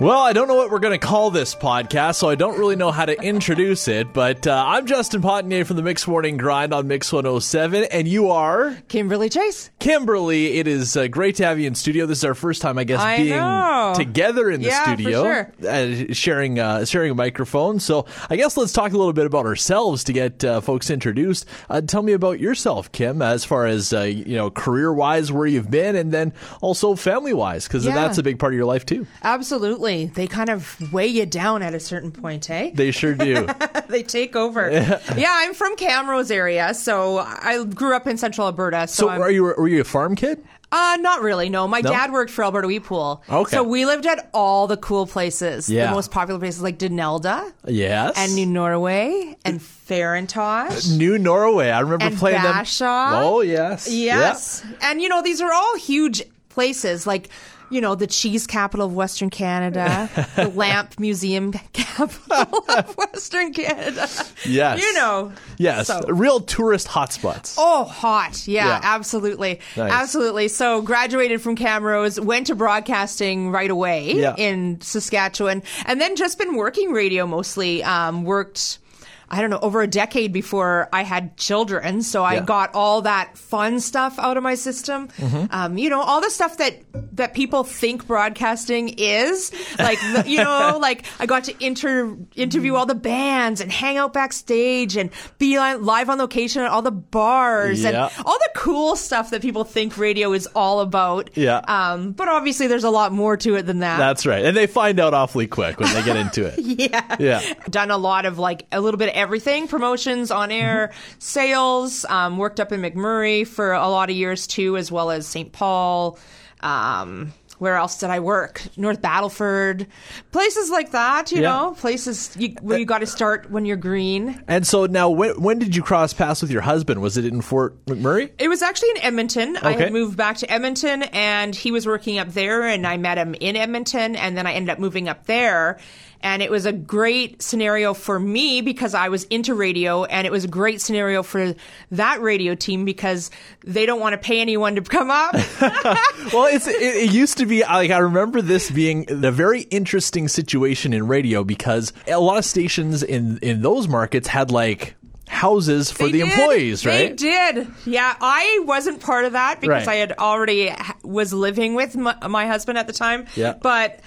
Well, I don't know what we're going to call this podcast, so I don't really know how to introduce it, but uh, I'm Justin Potnier from the Mix Morning Grind on Mix 107, and you are Kimberly Chase. Kimberly. It is uh, great to have you in studio. This is our first time, I guess, I being know. together in the Yeah, for studio, sure. uh, sharing uh, sharing a microphone. So I guess let's talk a little bit about ourselves to get uh, folks introduced. Uh, tell me about yourself, Kim, as far as uh, you know, career wise, where you've been, and then also family wise, because Yeah. that's a big part of your life too. Absolutely. They kind of weigh you down at a certain point, eh? They sure do. they take over. yeah, I'm from Camrose area, so I grew up in central Alberta. So, so I'm, are you were you a farm kid? uh, not really. No, my dad worked for Alberta Wheat Pool. Okay. So we lived at all the cool places, Yeah. the most popular places like Dinelda Yes. and New Norway and Farintosh. New Norway. I remember And playing Bashaw. them. Oh yes. Yes. And you know, these are all huge places like you know, the cheese capital of Western Canada, the lamp museum capital of Western Canada. Yeah. Yes. You know. Yes. So- Real tourist hotspots. Oh, hot. Yeah, Yeah. absolutely. Nice. Absolutely. So, graduated from Camrose, went to broadcasting right away Yeah. in Saskatchewan, and then just been working radio mostly. Um, worked, I don't know, over a decade before I had children. So, I Yeah. got all that fun stuff out of my system. Mm-hmm. Um, you know, all the stuff that, that people think broadcasting is. Like, the- you know, like I got to inter- interview all the bands and hang out backstage and be on, live on location at all the bars hours Yeah. and all the cool stuff that people think radio is all about. Yeah. Um, but obviously, there's a lot more to it than that. That's right. And they find out awfully quick when they get into it. yeah. Yeah. Done a lot of like a little bit of everything promotions, on air, sales, um, worked up in McMurray for a lot of years too, as well as St. Paul. Um, where else did I work? North Battleford, places like that, you Yeah. know, places you, where you got to start when you're green. And so now, when, when did you cross paths with your husband? Was it in Fort McMurray? It was actually in Edmonton. I Okay. had moved back to Edmonton and he was working up there and I met him in Edmonton and then I ended up moving up there. And it was a great scenario for me because I was into radio and it was a great scenario for that radio team because they don't want to pay anyone to come up. Well, it's it, it used to be like I remember this being a very interesting situation in radio because a lot of stations in in those markets had like houses for They the did. employees, right? They did. Yeah, I wasn't part of that because Right. I had already ha- was living with my, my husband at the time. Yeah. But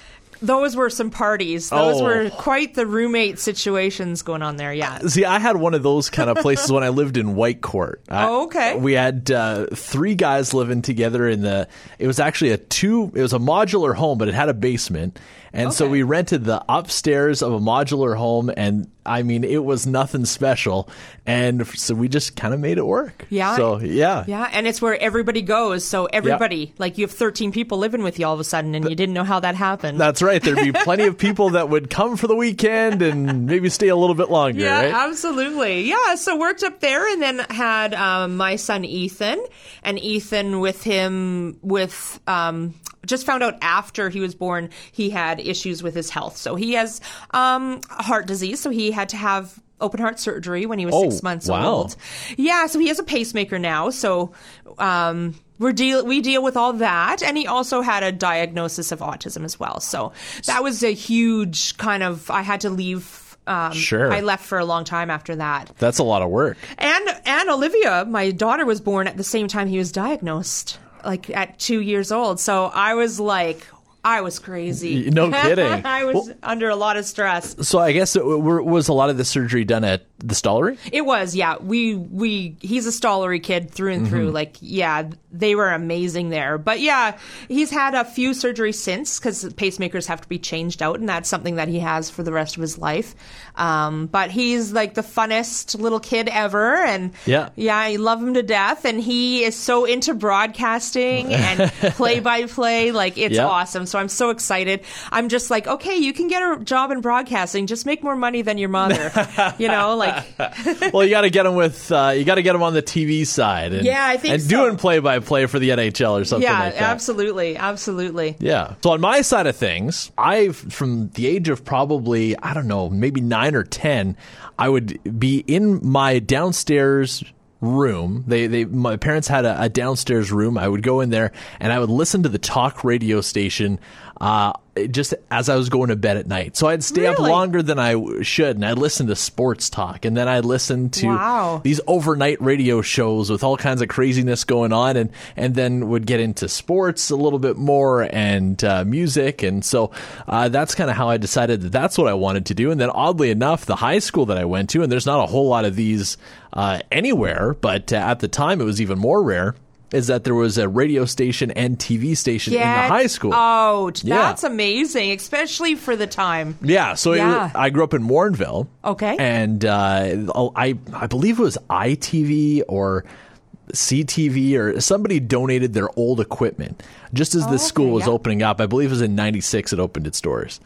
those were some parties. Those Oh. were quite the roommate situations going on there. Yeah. See, I had one of those kind of places when I lived in White Court. I- Oh, okay. We had uh, three guys living together in the. It was actually a two. It was a modular home, but it had a basement, and so Okay. we rented the upstairs of a modular home, and I mean, it was nothing special, and f- so we just kind of made it work. Yeah. So yeah. Yeah, and it's where everybody goes. So everybody, like you have 13 people living with you all of a sudden, and you didn't know how that happened. That's right. There'd be plenty of people that would come for the weekend and maybe stay a little bit longer, Yeah, right? absolutely. Yeah, so worked up there and then had um, my son Ethan, and Ethan with him with um, just found out after he was born he had issues with his health. So he has um, heart disease, so he had to have open heart surgery when he was Oh, six months wow. old. Yeah, so he has a pacemaker now. So. Um, we're deal we deal with all that, and he also had a diagnosis of autism as well. So that was a huge kind of. I had to leave. Um, Sure. I left for a long time after that. That's a lot of work. And and Olivia, my daughter, was born at the same time he was diagnosed, like at two years old. So I was like, I was crazy. Y- no kidding. I was Well- under a lot of stress. So I guess it, w- was a lot of the surgery done at the Stollery? It was, yeah. We we he's a Stollery kid through and Mm-hmm. through. Like, yeah, they were amazing there. But yeah, he's had a few surgeries since because pacemakers have to be changed out, and that's something that he has for the rest of his life. Um, but he's like the funnest little kid ever, and Yeah. yeah, I love him to death. And he is so into broadcasting and play by play. Like, it's Yeah. awesome. So I'm so excited. I'm just like, okay, you can get a job in broadcasting. Just make more money than your mother. you know, like. well, you got to get them with uh, you got to get them on the TV side. And, Yeah, I think and so. doing play by play for the NHL or something yeah, like that. absolutely, absolutely. Yeah. So on my side of things, I've from the age of probably I don't know, maybe nine or ten, I would be in my downstairs room. They they my parents had a, a downstairs room. I would go in there and I would listen to the talk radio station. Uh, just as I was going to bed at night. So I'd stay up Really? longer than I w- should, and I'd listen to sports talk, and then I'd listen to Wow. these overnight radio shows with all kinds of craziness going on, and and then would get into sports a little bit more and uh, music, and so uh, that's kind of how I decided that that's what I wanted to do. And then oddly enough, the high school that I went to, and there's not a whole lot of these uh, anywhere, but uh, at the time it was even more rare. Is that there was a radio station and TV station in the Get high school? Out. Yeah. That's amazing, especially for the time. Yeah, so it Yeah. was- I grew up in Warrenville. Okay. and uh, I I believe it was ITV or CTV or somebody donated their old equipment just as this Oh, okay, school was yeah. opening up. I believe it was in '96 it opened its doors,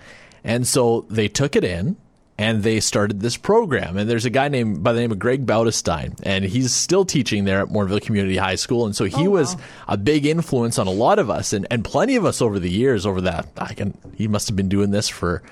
and so they took it in. And they started this program, and there's a guy named by the name of Greg Bautestein, and he's still teaching there at Warrenville Community High School, and so he Oh, was wow. a big influence on a lot of us and, and plenty of us over the years over that I can he must have been doing this for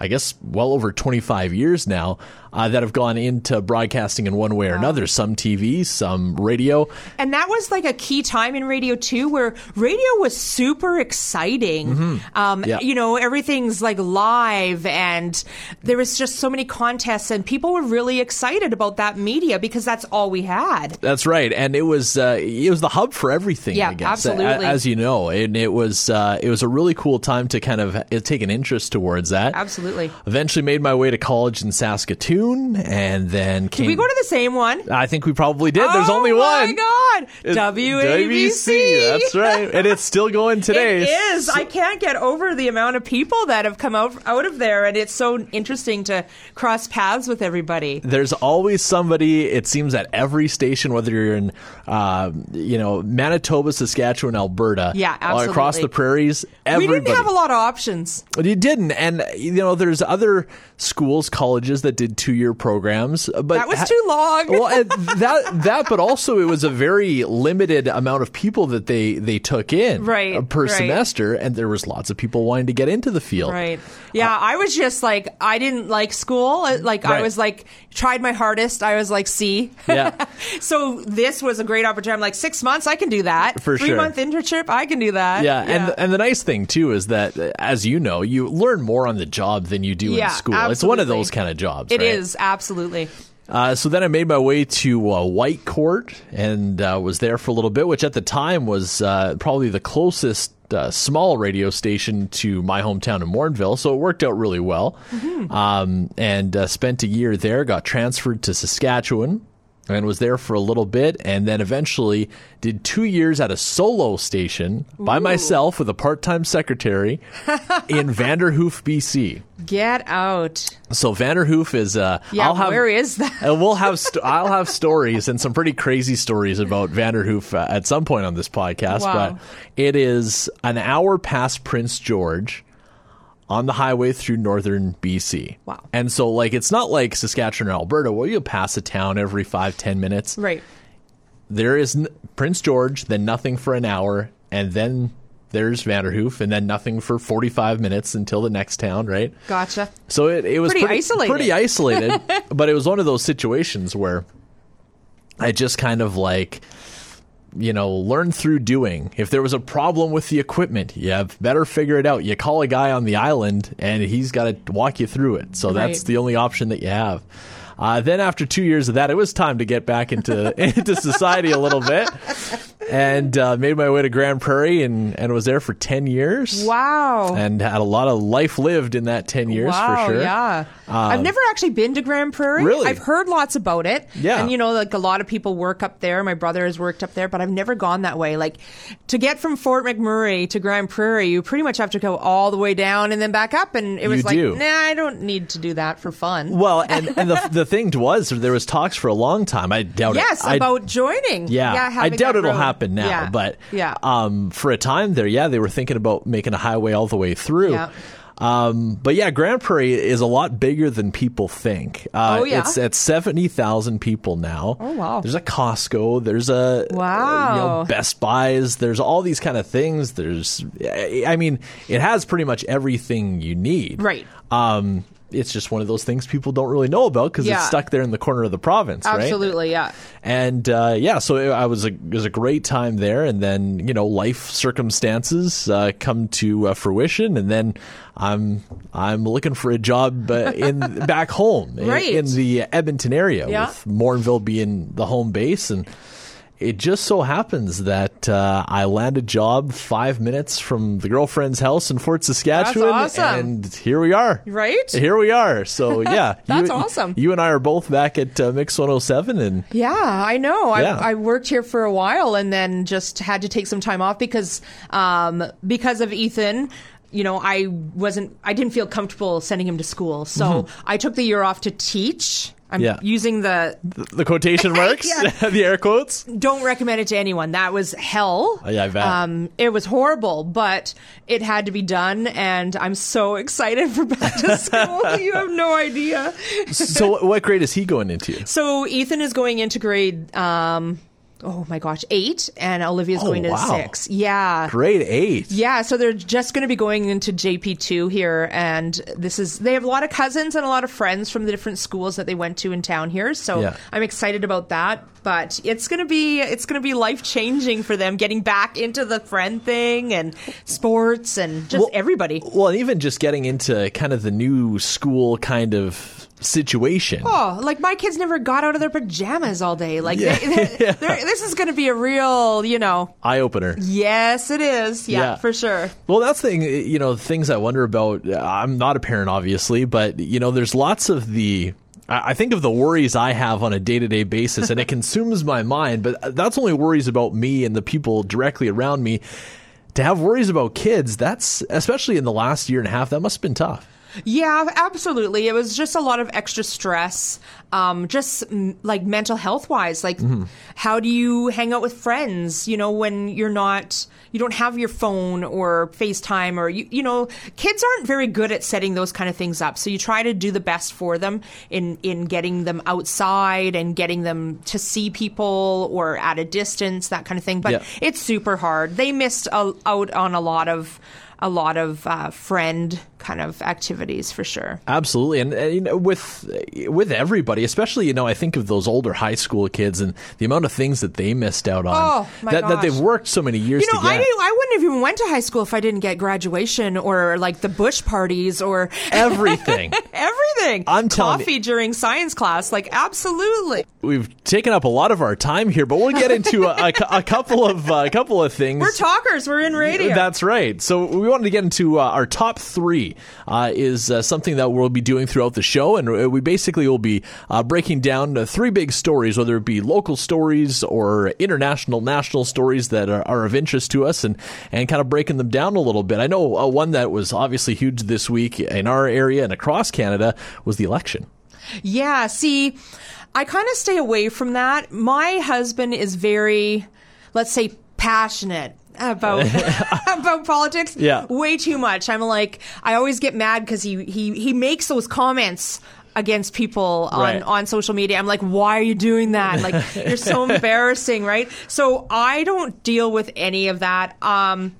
I guess well over 25 years now uh, that have gone into broadcasting in one way or another some TV some radio And that was like a key time in radio too, where radio was super exciting. Um, Mm-hmm. Yeah. You know, everything's like live, and there was just so many contests, and people were really excited about that media because that's all we had. That's right, and it was uh, it was the hub for everything. Yeah, I guess, absolutely. a- as you know, and it was uh, it was a really cool time to kind of uh, take an interest towards that. Absolutely. Eventually, made my way to college in Saskatoon, and then came. Did we go to the same one? I think we probably did. Mm. There's only oh one. my It's God, WABC. WABC, That's right, and it's still going today. It is. I can't get over the amount of people that have come out, out of there, and it's so interesting to cross paths with everybody. there's always somebody. It seems at every station, whether you're in, uh, you know, Manitoba, Saskatchewan, Alberta, Yeah, or across absolutely. the prairies. Everybody. We didn't have a lot of options. But you didn't, and you know there's other schools, colleges that did two year programs, but That was too long. well, and that that, but also it was a very limited amount of people that they they took in Right, uh, per right. semester, and there was lots of people wanting to get into the field. Right. Yeah, I was just like, I didn't like school. Uh, Like, Oh. Right. I was like, tried my hardest. I was like, C. Yeah. so this was a great opportunity. I'm like, six months, I can do that. For sure. Three month internship, I can do that. Yeah, and and the nice thing too is that, uh, as you know, you learn more on the job than you do Yeah, in school. It's one of absolutely. those kind of jobs. it is right? absolutely. Uh, so then I made my way to uh, White Court and uh, was there for a little bit, which at the time was uh, probably the closest uh, small radio station to my hometown in Warrenville. So it worked out really well. Mm-hmm. Um, and uh, spent a year there, got transferred to Saskatchewan. And was there for a little bit, and then eventually did two years at a solo station by myself with a part-time secretary in Vanderhoof, BC. Get out. So Vanderhoof is. Uh, Yeah, I'll have, where is that? and Uh, we'll have st- I'll have stories and some pretty crazy stories about Vanderhoof uh, at some point on this podcast. Wow. But it is an hour past Prince George on the highway through northern BC. Wow. And so like it's not like Saskatchewan or Alberta where you pass a town every five ten minutes. Right. There is n- Prince George, then nothing for an hour, and then there's Vanderhoof, and then nothing for forty five minutes until the next town. Right. Gotcha. So it, it was Pretty isolated. pretty isolated, but it was one of those situations where I just kind of like, you know, learn through doing. If there was a problem with the equipment, you better figure it out. You call a guy on the island and he's got to walk you through it. So that's Right. the only option that you have. Uh, then after two years of that, it was time to get back into into society a little bit, and uh, made my way to Grand Prairie and, and was there for ten years Wow. and had a lot of life lived in that 10 years wow, for sure. Um, Yeah. I've never actually been to Grand Prairie. Really? I've heard lots about it. Yeah. And you know, like a lot of people work up there. My brother has worked up there, but I've never gone that way. Like to get from Fort McMurray to Grand Prairie, you pretty much have to go all the way down and then back up. And it was like, do. nah, I don't need to do that for fun. Well, and, and the, the thing was, there was talks for a long time. I doubt it. yes, I- about joining. yeah, I having doubt that it'll road. happen now. Yeah. But yeah. um, for a time there, yeah, they were thinking about making a highway all the way through. Yeah. Um, but yeah, Grand Prairie is a lot bigger than people think. Uh, Oh, yeah? It's at 70,000 people now. Oh, wow. There's a Costco. There's a uh, you know, Wow. Best Buys. There's all these kind of things. There's, I I mean, it has pretty much everything you need. Right. Um, it's just one of those things people don't really know about because Yeah. it's stuck there in the corner of the province, right? Absolutely, yeah. And uh, yeah, so it, I was a it was a great time there, and then you know life circumstances uh, come to uh, fruition, and then I'm I'm looking for a job uh, in back home in- Right. in, the Edmonton area, Yeah. with Mornville being the home base, and it just so happens that uh, I land a job five minutes from the girlfriend's house in Fort Saskatchewan, awesome. and here we are. Right? Here we are. So yeah, That's you, awesome. You and I are both back at uh, Mix 107, and Yeah, I know. I, Yeah. I worked here for a while and then just had to take some time off because um, because of Ethan. You know, I wasn't. I didn't feel comfortable sending him to school, so I took the year off to teach. I'm Mm-hmm. Yeah. using the the quotation marks, Yeah. the air quotes. don't recommend it to anyone. That was hell. Oh, yeah, I bet. Um, it was horrible, but it had to be done, and I'm so excited for back to school. you have no idea. So, what- what grade is he going into? So Ethan is going into grade. Um, oh my gosh, eight, and Olivia's Oh, going to wow. six. Yeah. Grade eight. Yeah, so they're just going to be going into JP2 here and this is they have a lot of cousins and a lot of friends from the different schools that they went to in town here. So Yeah. I'm excited about that, but it's going to be it's going to be life-changing for them getting back into the friend thing and sports and just Well- everybody. Well, and even just getting into kind of the new school kind of situation. Oh, like my kids never got out of their pajamas all day. Like Yeah. they, they they're- this is going to be a real, you know. Eye opener. Yes, it is. Yeah, Yeah. for sure. Well, that's the thing, you know, things I wonder about. I'm not a parent, obviously, but, you know, there's lots of the. I I think of the worries I have on a day to day basis, and it consumes my mind, but that's only worries about me and the people directly around me. To have worries about kids, that's, especially in the last year and a half, that must have been tough. Yeah, absolutely. It was just a lot of extra stress, um, just mm, like mental health wise. Like, how do you hang out with friends? You know, when you're not, you don't have your phone or FaceTime or you, you know, kids aren't very good at setting those kind of things up. So you try to do the best for them in in getting them outside and getting them to see people or at a distance, that kind of thing. But Yeah. it's super hard. They missed a, out on a lot of a lot of uh, friend kind of activities for sure. Absolutely, and, and you know, with with everybody, especially you know, I think of those older high school kids and the amount of things that they missed out on Oh, my that, that gosh. they've worked so many years You know, to I get. didn't. I wouldn't have even went to high school if I didn't get graduation or like the bush parties or Everything everything. I'm telling you- coffee during science class, like absolutely. we've taken up a lot of our time here, but we'll get into a, a cou- a couple of uh, a couple of things. We're talkers. We're in radio. That's right. So we wanted to get into uh, our top three uh, is uh, something that we'll be doing throughout the show, and uh, we basically will be uh, breaking down uh, three big stories, whether it be local stories or international, national stories that are, are of interest to us, and and kind of breaking them down a little bit. I know uh, one that was obviously huge this week in our area and across Canada was the election. Yeah, see, I kind of stay away from that. My husband is very, let's say, passionate about about politics. Yeah. way too much. I'm like, I always get mad because he he he makes those comments against people on Right. on social media. I'm like, why are you doing that? Like, you're so embarrassing, right? So I don't deal with any of that. Um,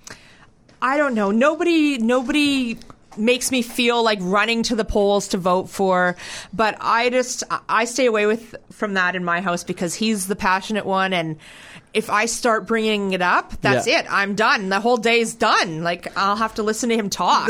I don't know. Nobody, nobody makes me feel like running to the polls to vote for. But I just, I stay away with from that in my house because he's the passionate one, and if I start bringing it up, that's Yeah. it. I'm done. The whole day's done. Like I'll have to listen to him talk.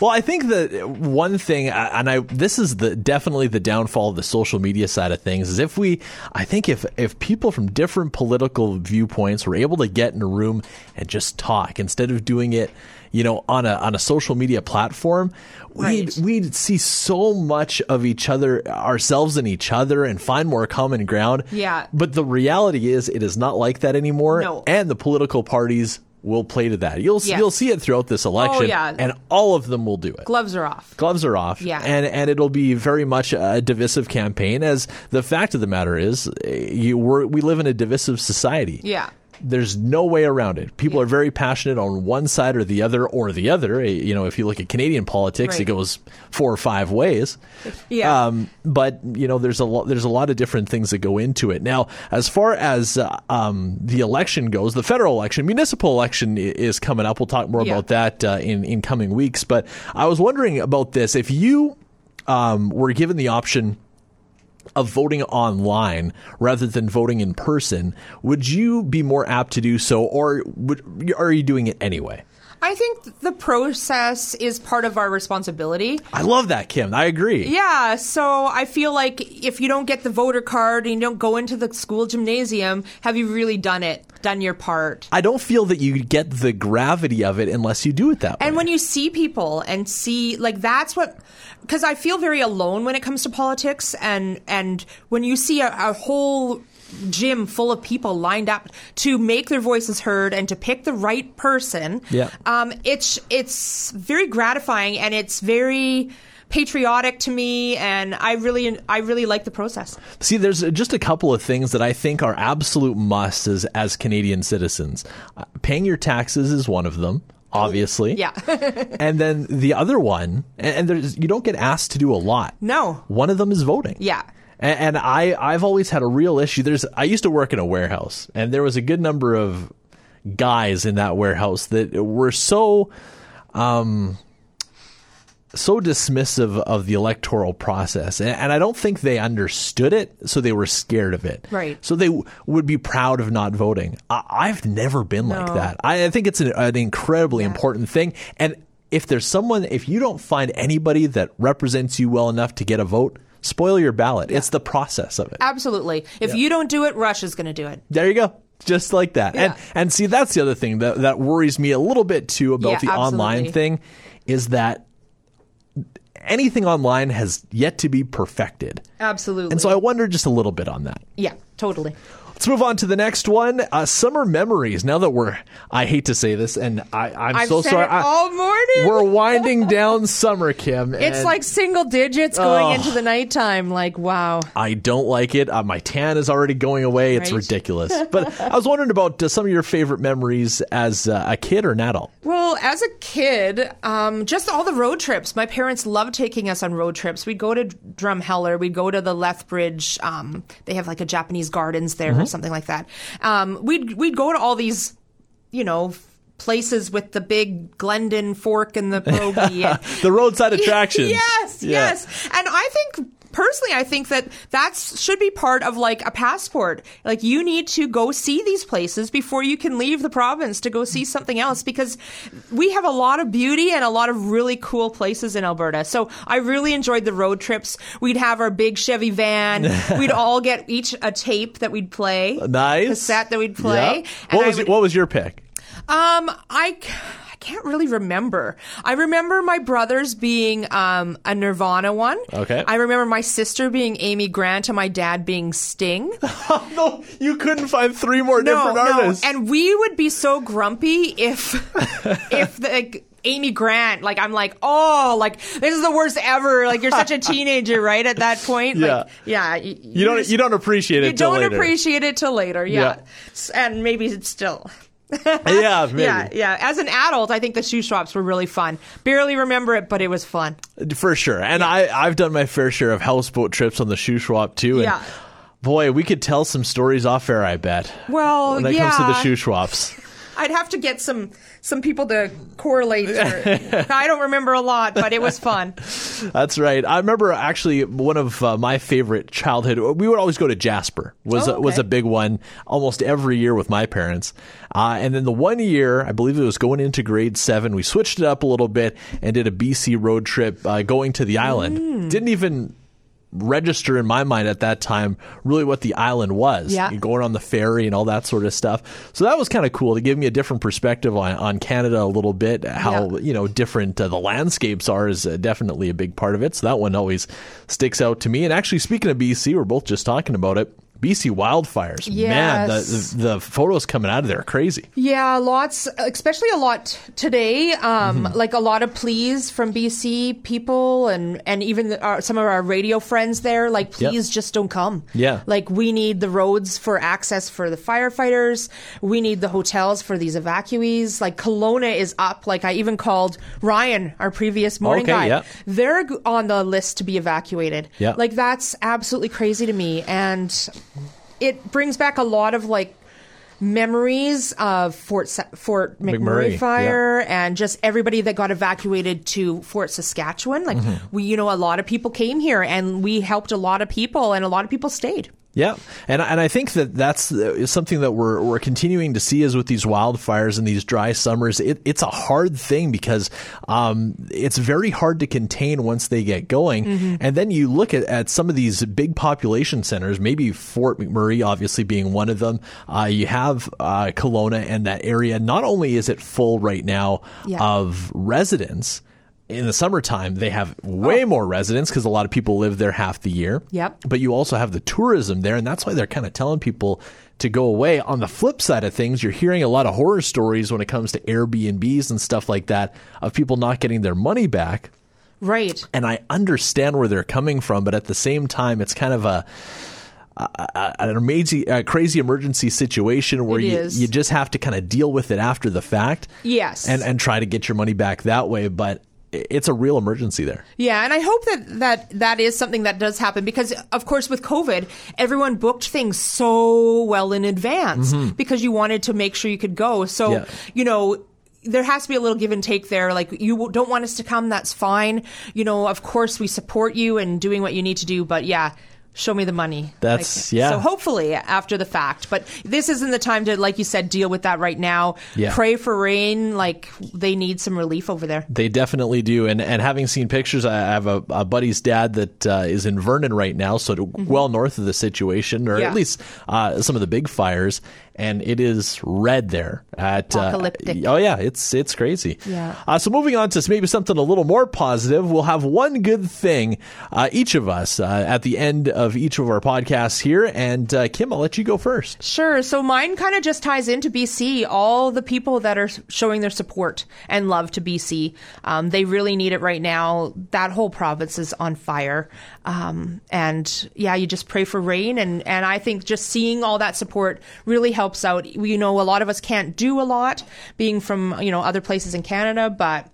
Well, I think that one thing, uh, and I this is the definitely the downfall of the social media side of things is if we, I think if if people from different political viewpoints were able to get in a room and just talk instead of doing it, you know, on a on a social media platform, we'd Right. we'd see so much of each other, ourselves and each other, and find more common ground. Yeah. But the reality is, it is not like that anymore, No. and the political parties. Will play to that. You'll Yes. Oh, you'll see it throughout this election, yeah. and all of them will do it Gloves are off. gloves are off Yeah. and and it'll be very much a divisive campaign as the fact of the matter is eh, you we're, we live in a divisive society Yeah. there's no way around it. People are very passionate on one side or the other or the other. Eh, You know, if you look at Canadian politics, it Right. goes four or five ways. Yeah. Um, but you know, there's a lot. There's a lot of different things that go into it. Now, as far as uh, um, the election goes, the federal election, municipal election i- is coming up. We'll talk more Yeah. about that uh, in in coming weeks. But I was wondering about this. If you um, were given the option of voting online rather than voting in person, would you be more apt to do so, or would, are you doing it anyway? I think the process is part of our responsibility. I love that, Kim. I agree. Yeah, so I feel like if you don't get the voter card and you don't go into the school gymnasium, have you really done it? Done your part? I don't feel that you get the gravity of it unless you do it that way. And when you see people and see like that's what because I feel very alone when it comes to politics and and when you see a, a whole gym full of people lined up to make their voices heard and to pick the right person Yeah. um, it's it's very gratifying and it's very patriotic to me and I really I really like the process See, there's just a couple of things that I think are absolute musts as, as Canadian citizens. Uh, paying your taxes is one of them, obviously. Oh, yeah and then the other one, and, and there's you don't get asked to do a lot. no One of them is voting. Yeah. And, and I I've always had a real issue. There's I used to work in a warehouse, and there was a good number of guys in that warehouse that were so um, so dismissive of the electoral process, and, and I don't think they understood it, so they were scared of it. Right. So they w- would be proud of not voting. I, I've never been like No. that. I, I think it's an, an incredibly important thing, and if there's someone, if you don't find anybody that represents you well enough to get a vote, spoil your ballot. It's the process of it. absolutely if you don't do it Russia's going to do it There you go. Just like that. And Yeah. and see that's the other thing that that worries me a little bit too about Yeah, the online absolutely. thing is that anything online has yet to be perfected. absolutely And so I wonder just a little bit on that. yeah totally Let's move on to the next one. Uh, summer memories. Now that we're, I hate to say this, and I, I'm I've so said sorry. it I- all morning we're winding down summer, Kim. It's and- like single digits going into the nighttime. Like, wow. I don't like it. Uh, my tan is already going away. It's Right. ridiculous. But I was wondering about uh, some of your favorite memories as uh, a kid or an adult. Well, as a kid, um, just all the road trips. My parents loved taking us on road trips. We'd go to Drumheller. We'd go to the Lethbridge. Um, they have like a Japanese gardens there Mm-hmm. or something like that. Um, we'd we'd go to all these, you know, places with the big Glendon fork and the bogey. and- The roadside attractions. Yes, Yeah. yes. And I think personally, I think that that should be part of like a passport. Like you need to go see these places before you can leave the province to go see something else because we have a lot of beauty and a lot of really cool places in Alberta. So I really enjoyed the road trips. We'd have our big Chevy van. we'd all get each a tape that we'd play. Nice. Cassette that we'd play. Yeah. And What I was would- what was your pick? um, I, c- I can't really remember. I remember my brothers being um, a Nirvana one. Okay. I remember my sister being Amy Grant and my dad being Sting. Oh, no, you couldn't find three more no, no. And we would be so grumpy if if the. Like, Amy Grant, like I'm like, oh, like this is the worst ever. Like you're such a teenager, right? At that point, like, yeah. You, you don't you don't appreciate it. you till don't later. appreciate it till later, Yeah. yeah. S- And maybe it's still. Yeah, maybe. Yeah, yeah. As an adult, I think the shoe swaps were really fun. Barely remember it, but it was fun. for sure. And I I've done my fair share of houseboat trips on the shoe swap too. And Yeah. Boy, we could tell some stories off air. I bet. Well, when it yeah. comes to the shoe swaps. I'd have to get some some people to correlate. Or, I don't remember a lot, but it was fun. That's right. I remember actually one of uh, my favorite childhood. We would always go to Jasper. was Oh, a, was okay. a big one almost every year with my parents. Uh, and then the one year, I believe it was going into grade seven, we switched it up a little bit and did a BC road trip uh, going to the island. Mm. Didn't even register in my mind at that time really what the island was. Yeah. You're going on the ferry and all that sort of stuff. So that was kind of cool to give me a different perspective on, on Canada a little bit, how Yeah. you know different uh, the landscapes are is uh, definitely a big part of it. So that one always sticks out to me. And actually, speaking of BC, we're both just talking about it. BC wildfires. Man, Yes. the, the, the photos coming out of there are crazy. Yeah, lots, especially a lot today. Um, Mm-hmm. Like a lot of pleas from BC people and, and even the, our, some of our radio friends there, like, Yep. please just don't come. Yeah. Like, we need the roads for access for the firefighters. We need the hotels for these evacuees. Like, Kelowna is up. Like, I even called Ryan, our previous morning Okay, guy. yeah. They're g- on the list to be evacuated. Yeah. Like, that's absolutely crazy to me. And it brings back a lot of like memories of Fort Sa- Fort McMurray, McMurray, yeah. fire and just everybody that got evacuated to Fort Saskatchewan. Like we, you know, a lot of people came here and we helped a lot of people and a lot of people stayed. Yeah, and and I think that that's uh, something that we're we're continuing to see is with these wildfires and these dry summers. It, it's a hard thing because um, it's very hard to contain once they get going. And then you look at, at some of these big population centers, maybe Fort McMurray, obviously being one of them. Uh, you have uh, Kelowna and that area. Not only is it full right now Yeah. of residents. In the summertime, they have way more residents because a lot of people live there half the year. Yep. But you also have the tourism there, and that's why they're kind of telling people to go away. On the flip side of things, you're hearing a lot of horror stories when it comes to Airbnbs and stuff like that of people not getting their money back. Right. And I understand where they're coming from, but at the same time, it's kind of a a- an amazing, a crazy emergency situation where It you, is. you just have to kind of deal with it after the fact. Yes. And, and try to get your money back that way. But i- it's a real emergency there. Yeah, and I hope that that that is something that does happen because, of course, with COVID, everyone booked things so well in advance because you wanted to make sure you could go. So Mm-hmm. Yeah. you know. There has to be a little give and take there. Like, you don't want us to come, that's fine. You know, of course, we support you and doing what you need to do, but yeah, show me the money. That's- Like, yeah. So hopefully after the fact, but this isn't the time to, like you said, deal with that right now. Yeah. Pray for rain. Like, they need some relief over there. They definitely do. And and having seen pictures, I I have a, a buddy's dad that uh, is in Vernon right now, so to, well north of the situation, or Mm-hmm. Yeah. at least uh, some of the big fires. And it is red there. At, uh, Apocalyptic. oh yeah, it's it's crazy. Yeah. Uh, so moving on to maybe something a little more positive, we'll have one good thing uh, each of us uh, at the end of each of our podcasts here. And uh, Kim, I'll let you go first. Sure. So mine kind of just ties into BC. All the people that are showing their support and love to BC, um, they really need it right now. That whole province is on fire, um, and yeah, you just pray for rain. And and I think just seeing all that support really helps out. You know, a lot of us can't do a lot, being from you know other places in Canada, but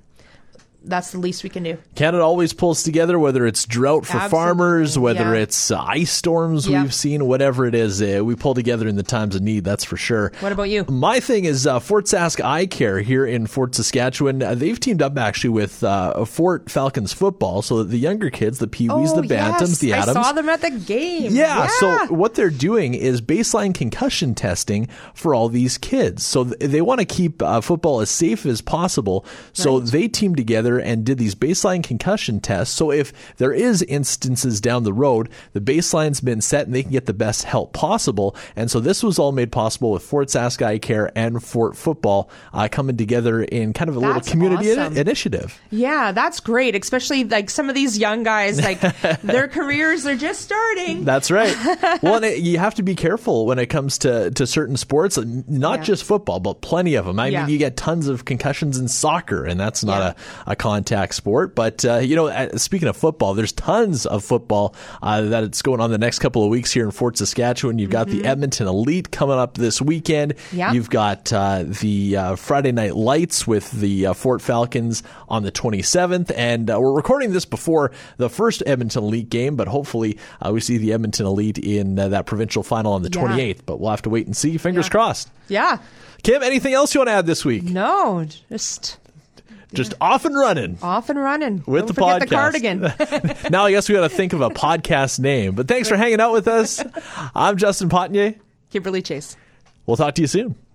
that's the least we can do. Canada always pulls together, whether it's drought for Absolutely, farmers, whether yeah. it's uh, ice storms Yeah. we've seen, whatever it is, uh, we pull together in the times of need, that's for sure. What about you? My thing is uh, Fort Sask Eye Care here in Fort Saskatchewan. Uh, they've teamed up actually with uh, Fort Falcons football, so that the younger kids, the Pee Wees, the Bantams, Oh, yes. the Adams. I saw them at the game. Yeah, So what they're doing is baseline concussion testing for all these kids. So th- they want to keep uh, football as safe as possible. So they teamed together and did these baseline concussion tests. So if there is instances down the road, the baseline's been set and they can get the best help possible. And so this was all made possible with Fort Sask Eye Care and Fort Football uh, coming together in kind of a little That's community awesome. initiative. Yeah, that's great. Especially like some of these young guys, like their careers are just starting. That's right. well, and it, you have to be careful when it comes to, to certain sports, and not Yeah. just football, but plenty of them. I Yeah. mean, you get tons of concussions in soccer, and that's not Yeah. a, a contact sport. But, uh, you know, uh, speaking of football, there's tons of football uh, that it's going on the next couple of weeks here in Fort Saskatchewan. You've got Mm-hmm. the Edmonton Elite coming up this weekend. Yeah. You've got uh, the uh, Friday Night Lights with the uh, Fort Falcons on the 27th. And uh, we're recording this before the first Edmonton Elite game, but hopefully uh, we see the Edmonton Elite in uh, that provincial final on the Yeah. 28th. But we'll have to wait and see. Fingers crossed. Yeah. Kim, anything else you want to add this week? No, just Just off and running. off and running. With the Don't forget the podcast. cardigan. now I guess we got to think of a podcast name. But thanks for hanging out with us. I'm Justin Potnier. Kimberly Chase. We'll talk to you soon.